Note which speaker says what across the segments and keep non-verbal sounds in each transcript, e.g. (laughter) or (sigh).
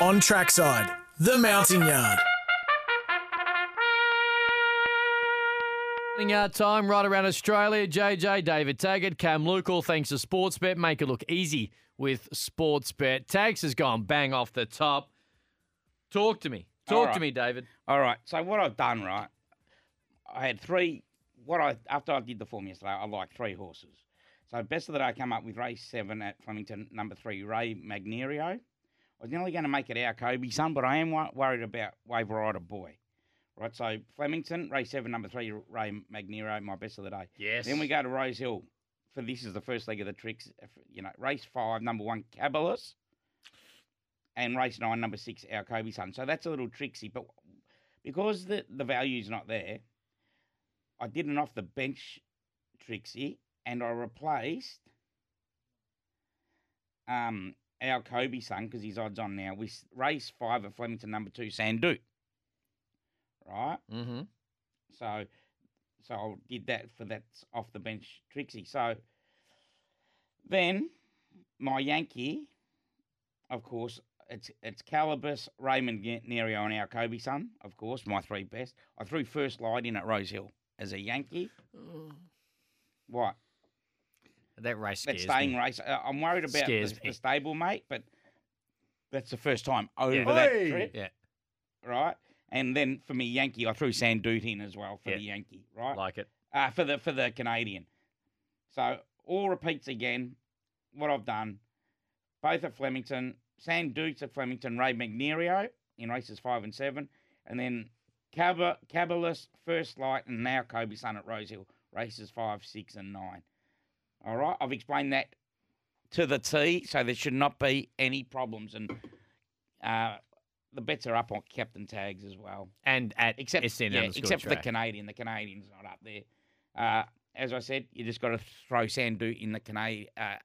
Speaker 1: on Trackside, the Mountain Yard.
Speaker 2: Morning our time right around Australia. JJ, David Taggart, Cam Luke, all thanks to Sportsbet. Make it look easy with Sportsbet. Tags has gone bang off the top. Talk to me.
Speaker 3: All
Speaker 2: Talk
Speaker 3: right.
Speaker 2: to me, David.
Speaker 3: All right. So what I've done, right? I had three. What I after I did the form yesterday, I liked three horses. So best of the day, I come up with race seven at Flemington, number three, Ray Magnerio. I was nearly going to make it our Kobe son, but I am wo- worried about Wave Rider Boy. Right, so Flemington, race seven, number three, Ray Magnerio, my best of the day.
Speaker 2: Yes.
Speaker 3: Then we go to Rose Hill. For this is the first leg of the tricks. uh, f- You know, race five, number one, Cabalus, and race nine, number six, our Kobe Sun. So that's a little tricksy, but because the the value's not there, I did an off the bench tricksy, and I replaced um our Kobe Sun because his odds on now with race five at Flemington, number two, Sandu. Right.
Speaker 2: Mm-hmm.
Speaker 3: So, so I did that for that off the bench Trixie. So then my Yankee, of course, it's it's Calibus, Raymond G- Nerio, and our Kobe son, of course, my three best. I threw first light in at Rose Hill as a Yankee. What?
Speaker 2: That race
Speaker 3: That
Speaker 2: scares
Speaker 3: staying
Speaker 2: me.
Speaker 3: race. Uh, I'm worried about
Speaker 2: Scares
Speaker 3: the,
Speaker 2: me.
Speaker 3: the stable mate, but that's the first time over
Speaker 2: Yeah.
Speaker 3: that
Speaker 1: Oi!
Speaker 3: trip,
Speaker 2: Yeah,
Speaker 3: right? And then for me Yankee, I threw Sandute in as well for
Speaker 2: Yeah.
Speaker 3: the Yankee, right?
Speaker 2: like it.
Speaker 3: uh, for the for the Canadian. So all repeats again. What I've done, both at Flemington, Sam Dukes at Flemington, Ray Magnerio in races five and seven, and then Cab- Cabalus, First Light, and now Kobe Sun at Rosehill, races five, six, and nine. All right, I've explained that to the T, so there should not be any problems. And uh, the bets are up on Captain Tags as well
Speaker 2: And at
Speaker 3: except
Speaker 2: SN
Speaker 3: yeah,
Speaker 2: underscore
Speaker 3: except for the
Speaker 2: track.
Speaker 3: Canadian. The Canadian's not up there. Uh, as I said, you just got to throw Sandu in the Canadian uh,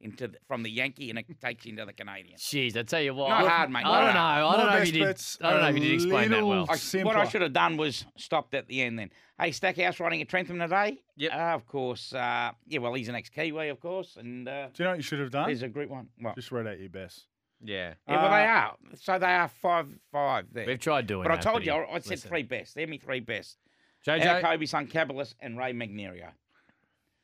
Speaker 3: into the, from the Yankee, and it takes you into the Canadian.
Speaker 2: Jeez, I tell you what.
Speaker 3: Not
Speaker 2: I-
Speaker 3: hard, mate,
Speaker 2: I don't
Speaker 3: not
Speaker 2: know. I
Speaker 4: My
Speaker 2: don't know if
Speaker 4: best
Speaker 2: you did.
Speaker 4: bet's
Speaker 2: I don't know
Speaker 4: a
Speaker 2: if you did explain that well.
Speaker 4: little-
Speaker 3: I, what
Speaker 4: Simpler.
Speaker 3: I should have done was stopped at the end. Then, hey, Stackhouse riding at Trentham today.
Speaker 2: Yep.
Speaker 3: Uh, of course. Uh, yeah. Well, he's an ex-Kiwi, of course, and uh,
Speaker 4: Do you know what you should have done?
Speaker 3: he's a Group One. Well,
Speaker 4: Just read out your best.
Speaker 2: Yeah,
Speaker 3: yeah. Well,
Speaker 4: Uh,
Speaker 3: they are. So they are five five there.
Speaker 2: we've tried doing
Speaker 3: but I
Speaker 2: that.
Speaker 3: told you,
Speaker 2: buddy.
Speaker 3: I, I said
Speaker 2: Listen.
Speaker 3: three best. They're me three best. Our
Speaker 2: JJ,
Speaker 3: Kobe Sun Cabalus and Ray Magnerio.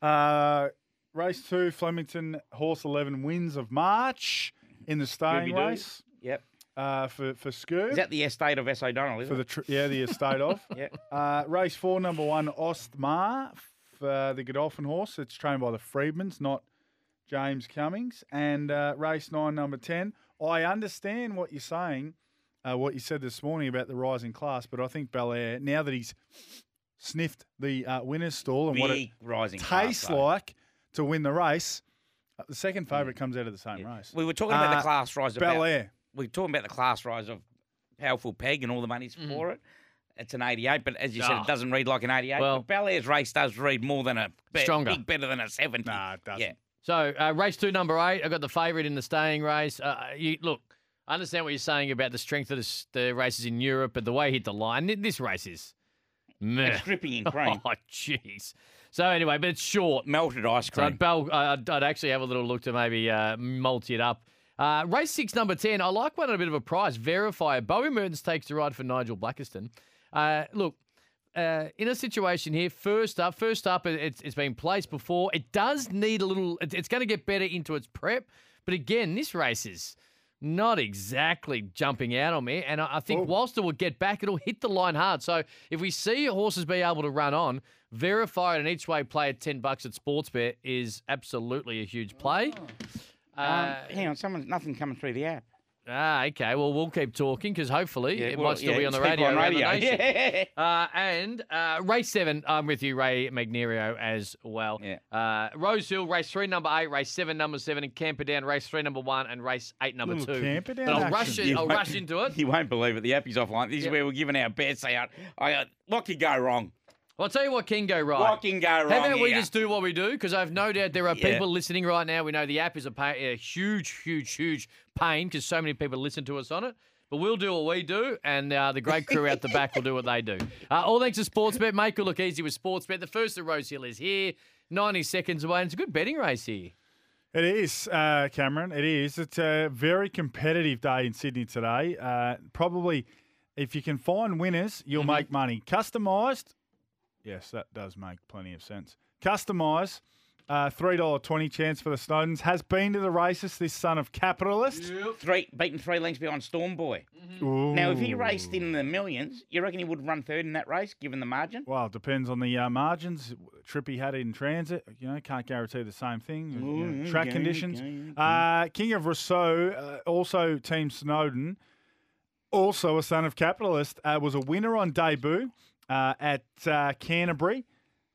Speaker 4: Uh, race two, Flemington Horse 11 wins of March in the staying
Speaker 3: Scooby-Doo.
Speaker 4: race
Speaker 3: Yep.
Speaker 4: uh, for, for Scoo.
Speaker 3: Is that the estate of S. O'Donnell? Is
Speaker 4: for the tr- yeah, the estate of.
Speaker 3: (laughs) Yeah.
Speaker 4: Uh, race four, number one, Ostmar, f- uh, the Godolphin horse. It's trained by the Freedmans, not James Cummings. And uh, race nine, number 10. I understand what you're saying, uh, what you said this morning about the rising class, but I think Belair, now that he's sniffed the uh, winner's stall and
Speaker 3: big
Speaker 4: what it
Speaker 3: rising class,
Speaker 4: tastes
Speaker 3: though. Mm.
Speaker 4: like to win the race, uh, the second favourite comes out of the same race.
Speaker 3: We were talking about
Speaker 4: Uh,
Speaker 3: the class rise. About,
Speaker 4: Bel Air.
Speaker 3: We were talking about the class rise of Powerful Peg and all the monies for it. It's an 88, but as you said,
Speaker 2: Mm. Ah.
Speaker 3: it doesn't read like an 88.
Speaker 2: Well-
Speaker 3: but Bel Air's race does read more than a bet,
Speaker 2: Stronger.
Speaker 3: big better than a 70.
Speaker 4: Nah, it doesn't.
Speaker 3: Yeah.
Speaker 2: So uh, race two, number eight. I got the favourite in the staying race. Uh, you, look, I understand what you're saying about the strength of the, s- the races in Europe, but the way he hit the line, thi- this race is meh.
Speaker 3: It's
Speaker 2: (laughs)
Speaker 3: dripping in cream.
Speaker 2: Oh, jeez. So anyway, but it's short.
Speaker 3: Melted ice
Speaker 2: So
Speaker 3: cream.
Speaker 2: I'd, bel- I- I'd, I'd actually have a little look to maybe uh, multi it up. Uh, race six, number 10. I like one at a bit of a price. Verifier. Bowie Mertens takes the ride for Nigel Blackiston. Uh, look, uh, in a situation here, first up, first up, it- it's, it's been placed before. It does need a little, it- it's going to get better into its prep. But again, this race is not exactly jumping out on me. And I, I think
Speaker 3: Oh.
Speaker 2: whilst it will get back, it'll hit the line hard. So if we see horses be able to run on, verify it an each way play at 10 bucks at Sportsbet is absolutely a huge play. Uh,
Speaker 3: um, hang on, someone's nothing coming through the app.
Speaker 2: ah, okay. Well, we'll keep talking because hopefully it
Speaker 3: well,
Speaker 2: might still
Speaker 3: yeah,
Speaker 2: be on the
Speaker 3: it's people
Speaker 2: radio. around the nation.
Speaker 3: Yeah.
Speaker 2: (laughs) Uh, and uh, race seven, I'm with you, Ray Magnerio, as well.
Speaker 3: Yeah.
Speaker 2: Uh, Rose Hill, race three, number eight, race seven, number seven, and Camperdown, race three, number one, and race eight, number
Speaker 4: Little
Speaker 2: two.
Speaker 4: Camperdown
Speaker 2: But I'll
Speaker 4: action.
Speaker 2: rush, it,
Speaker 3: You
Speaker 2: I'll
Speaker 3: won't-
Speaker 2: rush into it.
Speaker 3: (laughs) You won't believe it. The app is offline. This is where we're giving our bets out. I, uh, what could go wrong?
Speaker 2: Well, I'll tell you what can go right.
Speaker 3: What can go wrong?
Speaker 2: How about we
Speaker 3: here?
Speaker 2: just do what we do? Because I've no doubt there are
Speaker 3: Yeah.
Speaker 2: people listening right now. We know the app is a, pain, a huge, huge, huge pain because so many people listen to us on it. But we'll do what we do, and uh, the great crew out the back will do what they do. Uh, all thanks to Sportsbet. Make it look easy with Sportsbet. The first of Rose Hill is here, 90 seconds away, and it's a good betting race here.
Speaker 4: It is, uh, Cameron. It is. It's a very competitive day in Sydney today. Uh, probably, if you can find winners, you'll make money. Customised, yes, that does make plenty of sense. Customised, uh, three dollar twenty chance for the Snowdens has been to the races. This son of capitalist.
Speaker 3: Three beaten three lengths behind Storm Boy. Now, if
Speaker 4: Hmm.
Speaker 3: he raced in the millions, you reckon he would run third in that race, given the margin?
Speaker 4: Well, it depends on the uh, margins. Trip he had in transit, you know, can't guarantee the same thing. you know,
Speaker 3: Mm,
Speaker 4: track
Speaker 3: okay,
Speaker 4: conditions.
Speaker 3: okay,
Speaker 4: Uh, King of Rousseau, uh, also Team Snowden, also a son of capitalist, uh, was a winner on debut uh, at uh, Canterbury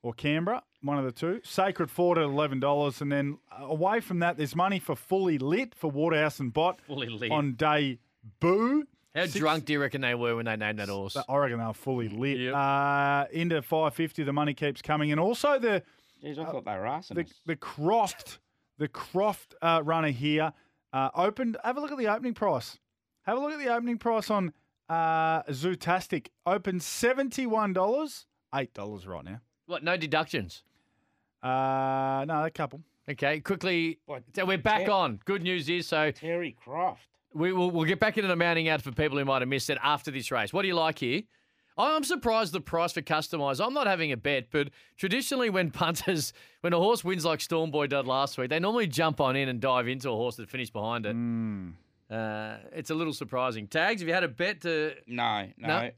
Speaker 4: or Canberra, one of the two. Sacred Ford at eleven dollars, and then uh, away from that, there's money for Fully Lit for Waterhouse and Bot
Speaker 2: Fully Lit.
Speaker 4: on debut.
Speaker 2: How
Speaker 4: Six-
Speaker 2: drunk do you reckon they were when they named that horse?
Speaker 4: I reckon they're fully lit.
Speaker 2: Mm, Yep.
Speaker 4: Uh, into five fifty, the money keeps coming, and also the
Speaker 3: Jeez, I thought they were
Speaker 4: the,
Speaker 3: arsonists.
Speaker 4: the Croft the Croft uh, runner here uh, opened. Have a look at the opening price. Have a look at the opening price on uh, Zootastic. Opened seventy one dollars, eight dollars right now.
Speaker 2: What? No deductions.
Speaker 4: Uh, no, a couple.
Speaker 2: Okay, quickly.
Speaker 3: What,
Speaker 2: So we're back
Speaker 3: Ter-
Speaker 2: on. Good news is, so
Speaker 3: Terry Croft.
Speaker 2: we will we'll get back into the mounting out for people who might have missed it after this race. What do you like here? I'm surprised the price for customised. I'm not having a bet, but traditionally when punters, (laughs) when a horse wins like Storm Boy did last week, they normally jump on in and dive into a horse that finished behind
Speaker 4: Mm.
Speaker 2: it.
Speaker 4: Hmm.
Speaker 2: Uh, it's a little surprising. Tags, have you had a bet to?
Speaker 3: No,
Speaker 2: No?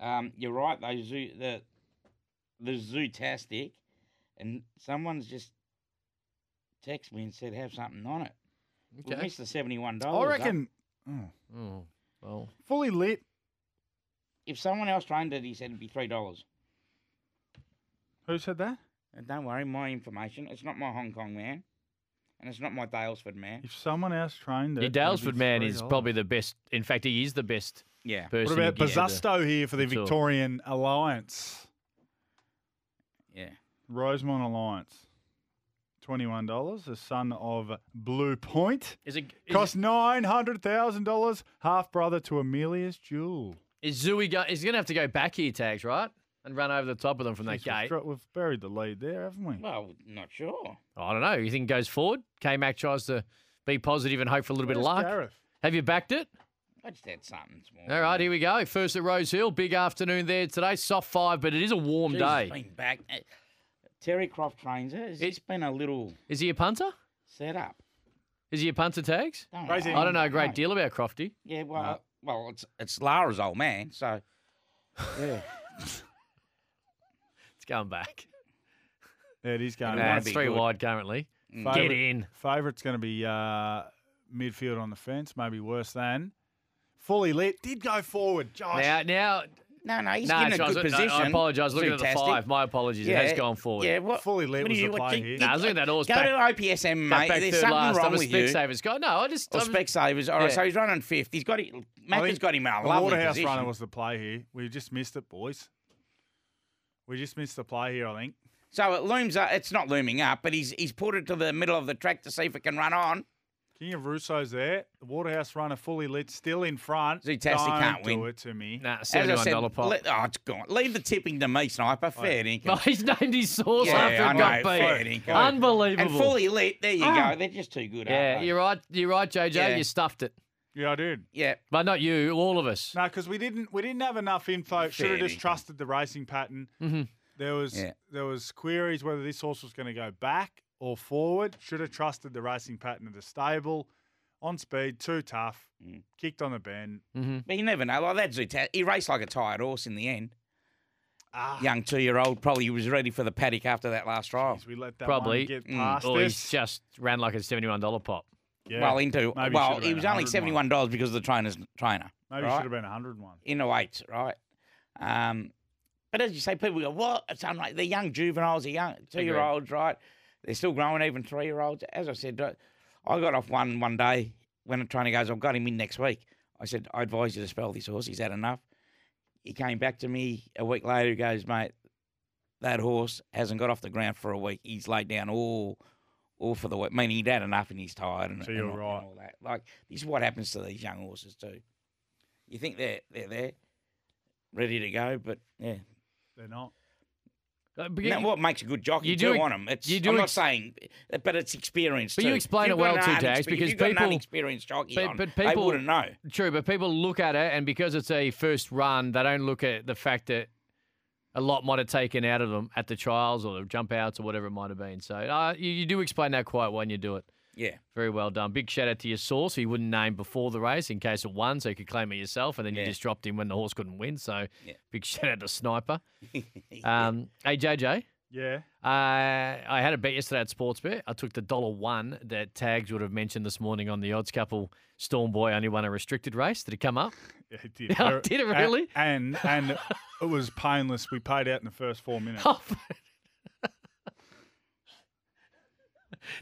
Speaker 3: no. Um, you're right. They zoo the the zootastic, and someone's just texted me and said have something on it. We
Speaker 2: Okay.
Speaker 3: missed the seventy one
Speaker 4: I
Speaker 3: dollars.
Speaker 4: reckon oh,
Speaker 2: Oh, well,
Speaker 4: fully lit.
Speaker 3: if someone else trained it, he said it'd be three dollars.
Speaker 4: Who said that?
Speaker 3: And don't worry, my information. It's not my Hong Kong man, and it's not my Dalesford man.
Speaker 4: If someone else trained it,
Speaker 2: your
Speaker 4: it'd be
Speaker 2: Dalesford man is
Speaker 4: $3.
Speaker 2: probably the best. In fact, he is the best
Speaker 3: Yeah,
Speaker 4: What
Speaker 2: person.
Speaker 4: about
Speaker 2: to get into-
Speaker 4: Bazusto here for the
Speaker 2: Sure.
Speaker 4: Victorian Alliance?
Speaker 3: yeah.
Speaker 4: Rosemont Alliance. Twenty-one dollars. The son of Blue Point.
Speaker 2: Is it is,
Speaker 4: Cost nine hundred thousand dollars. Half brother to Amelia's Jewel.
Speaker 2: is Zooey go, he's going to have to go back here, Tags, right? And run over the top of them from that
Speaker 4: Jeez, we've,
Speaker 2: gate.
Speaker 4: dro- we've buried the lead there, haven't we?
Speaker 3: Well, not sure.
Speaker 2: I don't know. You think it goes forward? K Mac tries to be positive and hope for a little bit of
Speaker 4: Where's
Speaker 2: luck.
Speaker 4: Gareth?
Speaker 2: Have you backed it?
Speaker 3: I just had something small.
Speaker 2: All right, here we go. First at Rose Hill. Big afternoon there today. Soft five, but it is a warm
Speaker 3: Jesus,
Speaker 2: day.
Speaker 3: been back. Eh, Terry Croft trains it. It's
Speaker 2: It-
Speaker 3: just been a little
Speaker 2: Is he a punter?
Speaker 3: setup.
Speaker 2: Is he a punter, Tags?
Speaker 3: Don't
Speaker 4: Crazy.
Speaker 2: I don't know a great deal Uh, about Crofty.
Speaker 3: Yeah, well, uh, well, it's it's Lara's old man, so
Speaker 2: (laughs)
Speaker 3: yeah.
Speaker 2: It's going back.
Speaker 4: Yeah, it is going
Speaker 3: Nah,
Speaker 4: wide.
Speaker 2: That's
Speaker 3: be
Speaker 2: three
Speaker 3: good.
Speaker 2: wide currently. Get
Speaker 4: Favourite-
Speaker 2: in.
Speaker 4: Favourite's going to be uh, midfield on the fence. Maybe worse than fully lit. Did go forward, Josh.
Speaker 2: Now, now,
Speaker 3: No, no, he's
Speaker 2: nah,
Speaker 3: in a
Speaker 2: Charles,
Speaker 3: good
Speaker 2: no,
Speaker 3: position.
Speaker 2: I apologise. Looking at the
Speaker 3: Fantastic.
Speaker 2: five, my apologies. It has gone forward.
Speaker 3: Yeah, what?
Speaker 4: Fully lit
Speaker 3: what do
Speaker 4: was the
Speaker 3: you, what,
Speaker 4: play
Speaker 3: you-
Speaker 4: here.
Speaker 2: Nah, I was looking at that horse
Speaker 3: Go
Speaker 2: back-
Speaker 3: to IPSM,
Speaker 2: Got
Speaker 3: mate.
Speaker 2: back
Speaker 3: There's
Speaker 2: third
Speaker 3: something
Speaker 2: last.
Speaker 3: wrong
Speaker 2: I'm a
Speaker 3: with you.
Speaker 2: Specsavers guy. No, I just.
Speaker 3: Or
Speaker 2: I was-
Speaker 3: Specsavers. All right,
Speaker 2: Yeah.
Speaker 3: so he's running fifth. He's got it.
Speaker 4: I
Speaker 3: Macca's
Speaker 4: think
Speaker 3: got him out.
Speaker 4: The
Speaker 3: lovely
Speaker 4: Waterhouse
Speaker 3: position.
Speaker 4: runner was the play here. We just missed it, boys. We just missed the play here. I think.
Speaker 3: So it looms up. It's not looming up, but he's he's put it to the middle of the track to see if it can run on.
Speaker 4: King of Russo's there. The Waterhouse runner fully lit, still in front.
Speaker 3: Zootastic
Speaker 4: Don't
Speaker 3: can't
Speaker 4: do
Speaker 3: win.
Speaker 4: it to me.
Speaker 2: Nah,
Speaker 3: As I
Speaker 2: seventy-one
Speaker 3: said,
Speaker 2: dollar pop.
Speaker 3: let- oh, it's gone. Leave the tipping to me, sniper. Fair dinkum.
Speaker 2: No, (laughs) he's named his source
Speaker 3: Yeah,
Speaker 2: after
Speaker 3: I
Speaker 2: it got
Speaker 3: know, fair
Speaker 2: beat.
Speaker 3: dinkum.
Speaker 2: Unbelievable. Ah.
Speaker 3: And fully lit. There you go. They're just too good.
Speaker 2: yeah,
Speaker 3: aren't they?
Speaker 2: you're right. You're right, JJ.
Speaker 3: Yeah.
Speaker 2: You stuffed it,
Speaker 4: Yeah, I did.
Speaker 3: Yeah.
Speaker 2: but not you. All of us.
Speaker 4: No, because we didn't we didn't have enough info. Should have just
Speaker 3: dinkum. Mm-hmm.
Speaker 4: trusted the racing pattern.
Speaker 2: Mhm.
Speaker 4: There was
Speaker 3: Yeah.
Speaker 4: there was queries whether this horse was going to go back or forward. Should have trusted the racing pattern of the stable. On speed, too tough.
Speaker 3: Mm.
Speaker 4: Kicked on the bend.
Speaker 2: Mm-hmm.
Speaker 3: But you never know. Like that Zootas, he raced like a tired horse in the end.
Speaker 4: Ah,
Speaker 3: Young two-year-old, probably he was ready for the paddock after that last trial.
Speaker 4: geez, we let that
Speaker 2: Probably.
Speaker 4: one get
Speaker 3: Mm.
Speaker 4: past
Speaker 2: Or Oh, he's
Speaker 4: us.
Speaker 2: just ran like a seventy-one dollar pop.
Speaker 4: Yeah,
Speaker 3: Well, into
Speaker 4: Maybe he
Speaker 3: well,
Speaker 4: should've
Speaker 3: he
Speaker 4: been
Speaker 3: was only
Speaker 4: 101.
Speaker 3: seventy-one dollars because of the trainer's trainer.
Speaker 4: maybe
Speaker 3: right?
Speaker 4: should have been a hundred and one.
Speaker 3: in the weights, right? Um, but as you say, people go, "What?" It's unlike they're young juveniles, they're young two-year-olds, right? They're still growing, even three-year-olds. As I said, uh, I got off one one day when a trainer goes, "I've got him in next week." I said, "I advise you to spell this horse. He's had enough." He came back to me a week later. He goes, "Mate, that horse hasn't got off the ground for a week. He's laid down all." All for the week, meaning he'd had enough and he's tired and,
Speaker 4: So you're
Speaker 3: and all-
Speaker 4: right.
Speaker 3: and all that. Like this is what happens to these young horses too. You think they're they're there, ready to go, but yeah,
Speaker 4: They're not.
Speaker 2: Uh, but you-
Speaker 3: Now, what makes a good jockey?
Speaker 2: you
Speaker 3: You do
Speaker 2: do-
Speaker 3: want them. It's,
Speaker 2: you do
Speaker 3: I'm not
Speaker 2: ex-
Speaker 3: saying, but it's experience.
Speaker 2: But you
Speaker 3: too.
Speaker 2: explain it
Speaker 3: If you've got
Speaker 2: well
Speaker 3: an
Speaker 2: too,
Speaker 3: unexpe-
Speaker 2: Dags,
Speaker 3: if
Speaker 2: because
Speaker 3: you've got an
Speaker 2: people-
Speaker 3: unexperienced jockey
Speaker 2: but-
Speaker 3: on,
Speaker 2: but
Speaker 3: they
Speaker 2: people-
Speaker 3: wouldn't know.
Speaker 2: True, but people look at it, and because it's a first run, they don't look at the fact that a lot might have taken out of them at the trials or the jump outs or whatever it might have been. So uh, you, you do explain that quite well, and you do it
Speaker 3: Yeah,
Speaker 2: very well done. Big shout out to your source, who you wouldn't name before the race in case it won, so you could claim it yourself, and then you
Speaker 3: Yeah.
Speaker 2: just dropped him when the horse couldn't win. So
Speaker 3: Yeah.
Speaker 2: big (laughs) shout out to
Speaker 3: (laughs)
Speaker 2: Sniper. Um, hey JJ.
Speaker 4: Yeah.
Speaker 2: Uh, I had a bet yesterday at Sportsbet. I took the dollar one that Tags would have mentioned this morning on the odds couple. Storm Boy only won a restricted race. Did it come up? (laughs)
Speaker 4: Yeah, it did.
Speaker 2: Oh,
Speaker 4: Very-
Speaker 2: did it
Speaker 4: a-
Speaker 2: really?
Speaker 4: And and
Speaker 2: (laughs)
Speaker 4: it was painless. We paid out in the first four minutes.
Speaker 2: Oh, (laughs)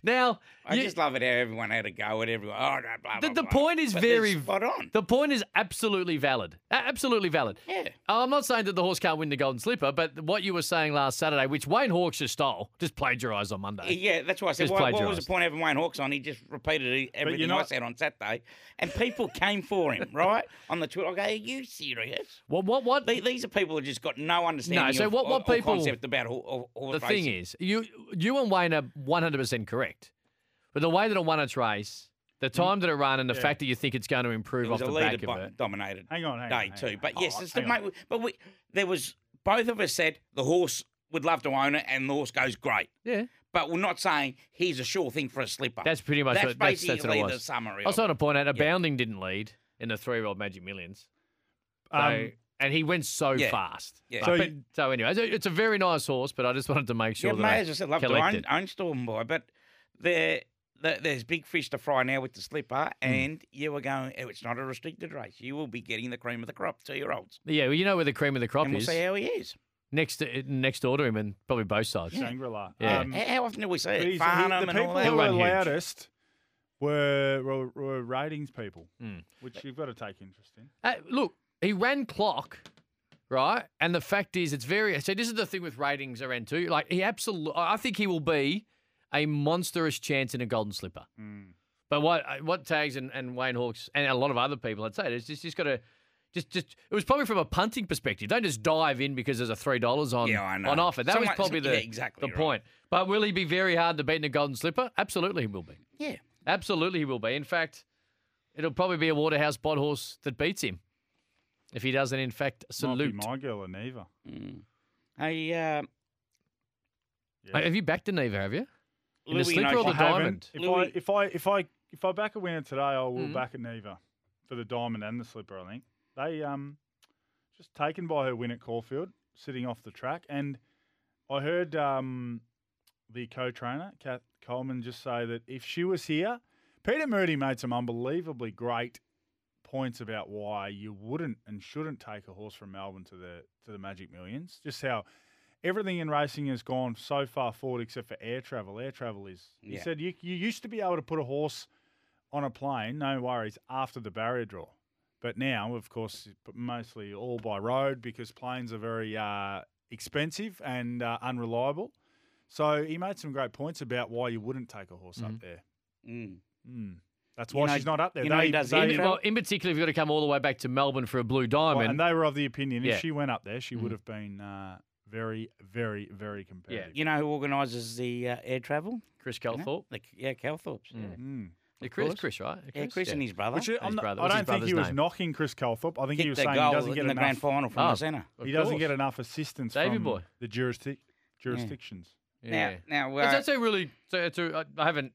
Speaker 2: now,
Speaker 3: I
Speaker 2: you-
Speaker 3: just love it how everyone had a go at everyone. Oh, no, blah,
Speaker 2: The-
Speaker 3: blah,
Speaker 2: the
Speaker 3: blah.
Speaker 2: point is
Speaker 3: But they're
Speaker 2: very-
Speaker 3: spot on.
Speaker 2: the point is absolutely valid. A- absolutely valid.
Speaker 3: Yeah,
Speaker 2: Oh, I'm not saying that the horse can't win the Golden Slipper, but what you were saying last Saturday, which Wayne Hawks just stole, just plagiarised on Monday.
Speaker 3: yeah, that's why I said.
Speaker 2: Uh, Just
Speaker 3: Why, what was the
Speaker 2: plagiarised.
Speaker 3: point of having Wayne Hawks on? He just repeated e, everything
Speaker 4: know-
Speaker 3: I said on Saturday, and people came for
Speaker 4: (laughs)
Speaker 3: him, right? On the Twitter, I go, "Are you serious?"
Speaker 2: What? What? What?
Speaker 3: The- These are people who just got no understanding.
Speaker 2: No, so
Speaker 3: of,
Speaker 2: what- what
Speaker 3: or- or
Speaker 2: people-
Speaker 3: concept about ho- ho-
Speaker 2: the
Speaker 3: horse
Speaker 2: thing
Speaker 3: racing.
Speaker 2: is, you you and Wayne are 100% correct. But the way that it won its race, the time that it ran, and the
Speaker 4: Yeah.
Speaker 2: fact that you think it's going to improve
Speaker 3: Hmm? it was
Speaker 2: off
Speaker 3: a
Speaker 2: the
Speaker 3: leader
Speaker 2: back of
Speaker 3: bo-
Speaker 2: it.
Speaker 3: dominated
Speaker 4: Hang on, hang on.
Speaker 3: day
Speaker 4: hang
Speaker 3: too.
Speaker 4: on.
Speaker 3: But yes,
Speaker 4: Oh,
Speaker 3: it's the
Speaker 4: hang on.
Speaker 3: mate. But we, there was both of us said the horse would love to own it, and the horse goes great.
Speaker 2: Yeah,
Speaker 3: But we're not saying he's a sure thing for a slipper.
Speaker 2: that's pretty much
Speaker 3: that's
Speaker 2: what, that's,
Speaker 3: basically
Speaker 2: that's what it
Speaker 3: the
Speaker 2: was. Oh,
Speaker 3: summary.
Speaker 2: I was
Speaker 3: of it.
Speaker 2: trying to point out, Abounding didn't lead in the three-year-old Magic Millions, so,
Speaker 4: Um,
Speaker 2: and he went so
Speaker 3: Yeah.
Speaker 2: fast.
Speaker 3: Yeah.
Speaker 2: But-
Speaker 4: So
Speaker 2: but-
Speaker 4: you-
Speaker 2: so anyway, it's a- it's a very nice horse, but I just wanted to make sure
Speaker 3: yeah,
Speaker 2: that I
Speaker 3: may as well said love
Speaker 2: collected.
Speaker 3: to own, own Storm Boy, but there, there, there's big fish to fry now with the slipper,
Speaker 2: Hmm.
Speaker 3: and you were going. Oh, it's not a restricted race. You will be getting the cream of the crop, two year olds,
Speaker 2: yeah, well, you know where the cream of the crop
Speaker 3: and we'll
Speaker 2: is
Speaker 3: see how he is.
Speaker 2: next to, next door to him, and probably both sides.
Speaker 4: Shangri-La.
Speaker 2: Yeah.
Speaker 4: Um,
Speaker 3: how, how often do we see
Speaker 4: these-
Speaker 3: it?
Speaker 4: the
Speaker 3: Farnham and all
Speaker 4: people
Speaker 3: that.
Speaker 4: who were
Speaker 2: Everyone huge.
Speaker 4: loudest were, were were ratings people,
Speaker 2: Mm.
Speaker 4: which you've got to take interest in.
Speaker 2: Uh, look, he ran clock, right? And the fact is, it's very. So this is the thing with ratings around too. Like he absolutely, I think he will be a monstrous chance in a golden slipper.
Speaker 4: Hmm.
Speaker 2: But what uh, what tags and, and Wayne Hawks and a lot of other people I'd say is just just got to. Just, just, it was probably from a punting perspective. Don't just dive in because there's a three dollars on
Speaker 3: Yeah, I know.
Speaker 2: on offer. That
Speaker 3: Someone-
Speaker 2: was probably the
Speaker 3: yeah, exactly
Speaker 2: the
Speaker 3: right.
Speaker 2: point. But will he be very hard to beat in a golden slipper? Absolutely, he will be.
Speaker 3: Yeah.
Speaker 2: Absolutely, he will be. In fact, it'll probably be a Waterhouse bot horse that beats him if he doesn't, in fact, salute.
Speaker 4: Might be my girl or neither.
Speaker 2: Hmm.
Speaker 3: Mm. Hey, uh,
Speaker 4: Yeah.
Speaker 2: Uh, Have you backed Deneva, have you? In the
Speaker 3: Louis
Speaker 2: slipper
Speaker 3: knows
Speaker 2: or the
Speaker 3: you-
Speaker 4: I haven't.
Speaker 2: diamond?
Speaker 4: If
Speaker 3: Louis-
Speaker 4: I if I if I if I back a winner today, I will
Speaker 2: Mm.
Speaker 4: back it neither for the diamond and the slipper. I think they um just taken by her win at Caulfield, sitting off the track, and I heard um the co-trainer Kat Coleman just say that if she was here, Peter Murdy made some unbelievably great points about why you wouldn't and shouldn't take a horse from Melbourne to the to the Magic Millions. Just how everything in racing has gone so far forward except for air travel. Air travel is he
Speaker 3: Yeah.
Speaker 4: said you you used to be able to put a horse on a plane, no worries, after the barrier draw. But now, of course, mostly all by road because planes are very uh, expensive and uh, unreliable. So he made some great points about why you wouldn't take a horse up there.
Speaker 3: Mm.
Speaker 4: Mm. That's
Speaker 3: You
Speaker 4: why
Speaker 3: know-
Speaker 4: she's not up there.
Speaker 3: you know he does the
Speaker 2: In, well, in particular, if you've got to come all the way back to Melbourne for a blue
Speaker 4: well,
Speaker 2: diamond.
Speaker 4: and they were of the opinion
Speaker 2: Yeah.
Speaker 4: if she went up there, she
Speaker 2: Mm.
Speaker 4: would have been uh, very, very, very competitive.
Speaker 3: You know who organises the uh, air travel?
Speaker 2: Chris
Speaker 3: You know?
Speaker 2: Calthorpe.
Speaker 3: The, yeah, Calthorpe's.
Speaker 2: Mm.
Speaker 3: Yeah.
Speaker 4: Mm.
Speaker 2: Yeah, Chris,
Speaker 3: course.
Speaker 2: Chris, right?
Speaker 3: Yeah, Chris and his brother.
Speaker 4: Which is- I'm
Speaker 2: his
Speaker 4: not-
Speaker 2: brother-
Speaker 4: I
Speaker 2: what's his
Speaker 4: don't think he
Speaker 2: brother's
Speaker 4: was
Speaker 2: name?
Speaker 4: knocking Chris Calthorpe. I think he
Speaker 3: Kicked
Speaker 4: was
Speaker 3: the
Speaker 4: saying he
Speaker 3: goal
Speaker 4: doesn't get
Speaker 3: in the grand
Speaker 4: enough.
Speaker 3: final from
Speaker 2: Oh.
Speaker 3: the centre.
Speaker 2: Of
Speaker 4: He doesn't
Speaker 2: course.
Speaker 4: get enough assistance
Speaker 2: Davey
Speaker 4: from
Speaker 2: boy.
Speaker 4: the jurisdic- jurisdictions.
Speaker 2: Yeah.
Speaker 3: Now, now uh,
Speaker 2: That's, that's a really. So it's a, I- I haven't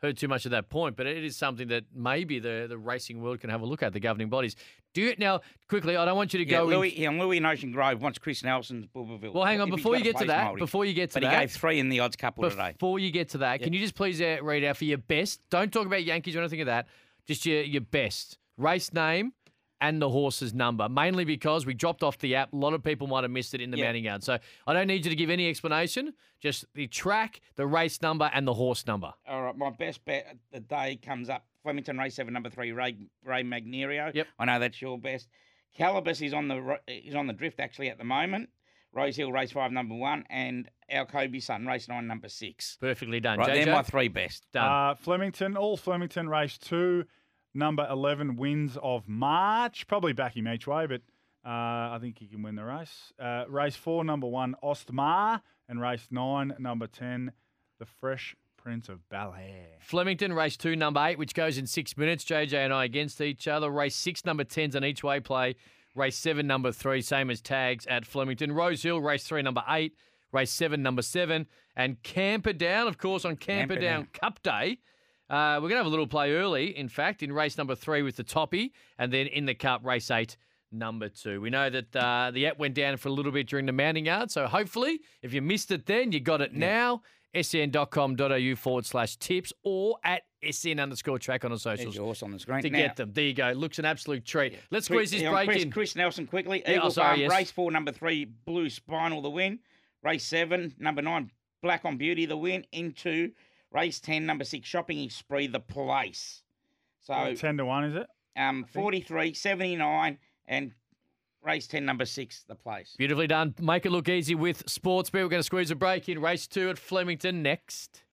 Speaker 2: heard too much of that point, but it is something that maybe the, the racing world can have a look at. The governing bodies. Do you now quickly? I don't want you to
Speaker 3: yeah,
Speaker 2: go. in-
Speaker 3: Louis, yeah, Louis in Ocean Grove wants Chris Nelson's Bulberville.
Speaker 2: well, hang on.
Speaker 3: If he's
Speaker 2: Before you
Speaker 3: gonna
Speaker 2: get to
Speaker 3: place
Speaker 2: that,
Speaker 3: Maori.
Speaker 2: before you get to
Speaker 3: but
Speaker 2: that,
Speaker 3: he gave three in the odds couple today.
Speaker 2: Before you get to that, can you just please uh, read out for your best? Don't talk about Yankees or anything of that. Just your, your best race name and the horse's number, mainly because we dropped off the app. A lot of people might have missed it in the
Speaker 3: Yeah.
Speaker 2: mounting yard. So I don't need you to give any explanation, just the track, the race number, and the horse number.
Speaker 3: All right, my best bet of the day comes up Flemington race seven, number three, Ray Ray Magnerio.
Speaker 2: Yep.
Speaker 3: I know that's your best. Calibus is on the ro- is on the drift actually at the moment. Rose Hill race five, number one, and our Kobe Sun race nine, number six.
Speaker 2: Perfectly done.
Speaker 3: Right,
Speaker 2: JJ,
Speaker 3: they're my three best.
Speaker 2: done.
Speaker 4: Uh, Flemington, all Flemington race two, number 11 wins of March. Probably back him each way, but Uh, I think he can win the race. Uh, race four, number one, Ostmar, and race nine, number ten, the Fresh Prince of Bel Air.
Speaker 2: Flemington, race two, number eight, which goes in six minutes. JJ and I against each other. Race six, number 10's an each way play. Race seven, number three, same as tags at Flemington. Rose Hill, race three, number eight. Race seven, number seven. And Camperdown, of course, on Camperdown Cup Day. Uh, we're going to have a little play early, in fact, in race number three with the toppy, and then in the cup, race eight, number two. We know that uh, the app went down for a little bit during the mounting yard, so hopefully, if you missed it then, you got it now. sen.com.au forward slash tips or at sen underscore track on the
Speaker 3: There's
Speaker 2: socials
Speaker 3: your horse on the screen.
Speaker 2: to
Speaker 3: Now,
Speaker 2: get them. There you go. Looks an absolute treat. Let's
Speaker 3: quick-
Speaker 2: squeeze this
Speaker 3: yeah,
Speaker 2: break
Speaker 3: Chris,
Speaker 2: in.
Speaker 3: Chris Nelson quickly.
Speaker 2: Yeah, oh,
Speaker 3: Eagle
Speaker 2: sorry,
Speaker 3: Farm,
Speaker 2: yes.
Speaker 3: race four, number three, Blue Spinal, the win. Race seven, number nine, Black on Beauty, the win. Into race 10, number six, Shopping Spree, the place. So
Speaker 4: Ten to one, is it?
Speaker 3: um, 43, 79, and race 10, number six, the place.
Speaker 2: Beautifully done. Make it look easy with Sportsbet. We're going to squeeze a break in. Race two at Flemington next.